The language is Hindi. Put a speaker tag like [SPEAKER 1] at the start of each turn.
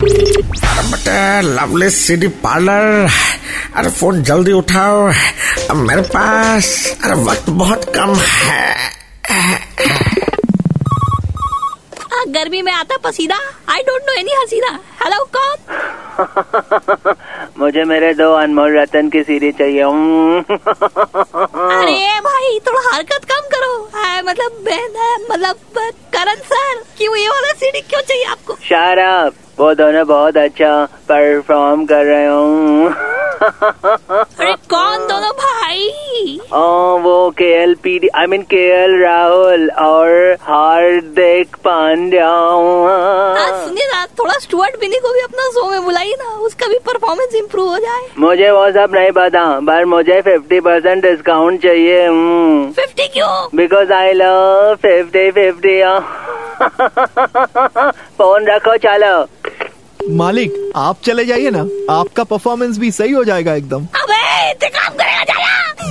[SPEAKER 1] अरे बटे लवली सिटी पार्लर अरे फोन जल्दी उठाओ अब मेरे पास अरे वक्त बहुत कम है
[SPEAKER 2] आ, गर्मी में आता पसीना आई डोंट नो एनी हसीना हेलो कौन
[SPEAKER 3] मुझे मेरे दो अनमोल रतन की सीरी चाहिए हम्म।
[SPEAKER 2] अरे भाई थोड़ा हरकत कम करो आ, मतलब बहन है, मतलब अ, करण सर क्यों ये वाला सीडी क्यों चाहिए आपको
[SPEAKER 3] शाराब वो दोनों बहुत अच्छा परफॉर्म कर रहे हम्म। हूँ
[SPEAKER 2] अरे कौन दोनों भाई
[SPEAKER 3] ओ, वो K L P D I mean K L Rahul और हार्दिक पांड्या हाँ। हम्म।
[SPEAKER 2] आ, सुनिए ना थोड़ा स्टुअर्ट बिनी को भी अपना शो में बुलाइए ना उसका भी परफॉर्मेंस इम्प्रूव हो जाए
[SPEAKER 3] मुझे वो सब नहीं पता पर मुझे फिफ्टी परसेंट डिस्काउंट चाहिए हम्म।
[SPEAKER 2] फिफ्टी क्यों
[SPEAKER 3] because I love fifty fifty phone रखो चलो
[SPEAKER 4] मालिक आप चले जाइए ना आपका परफॉर्मेंस भी सही हो जाएगा एकदम
[SPEAKER 2] अबे इतने काम करेगा जाया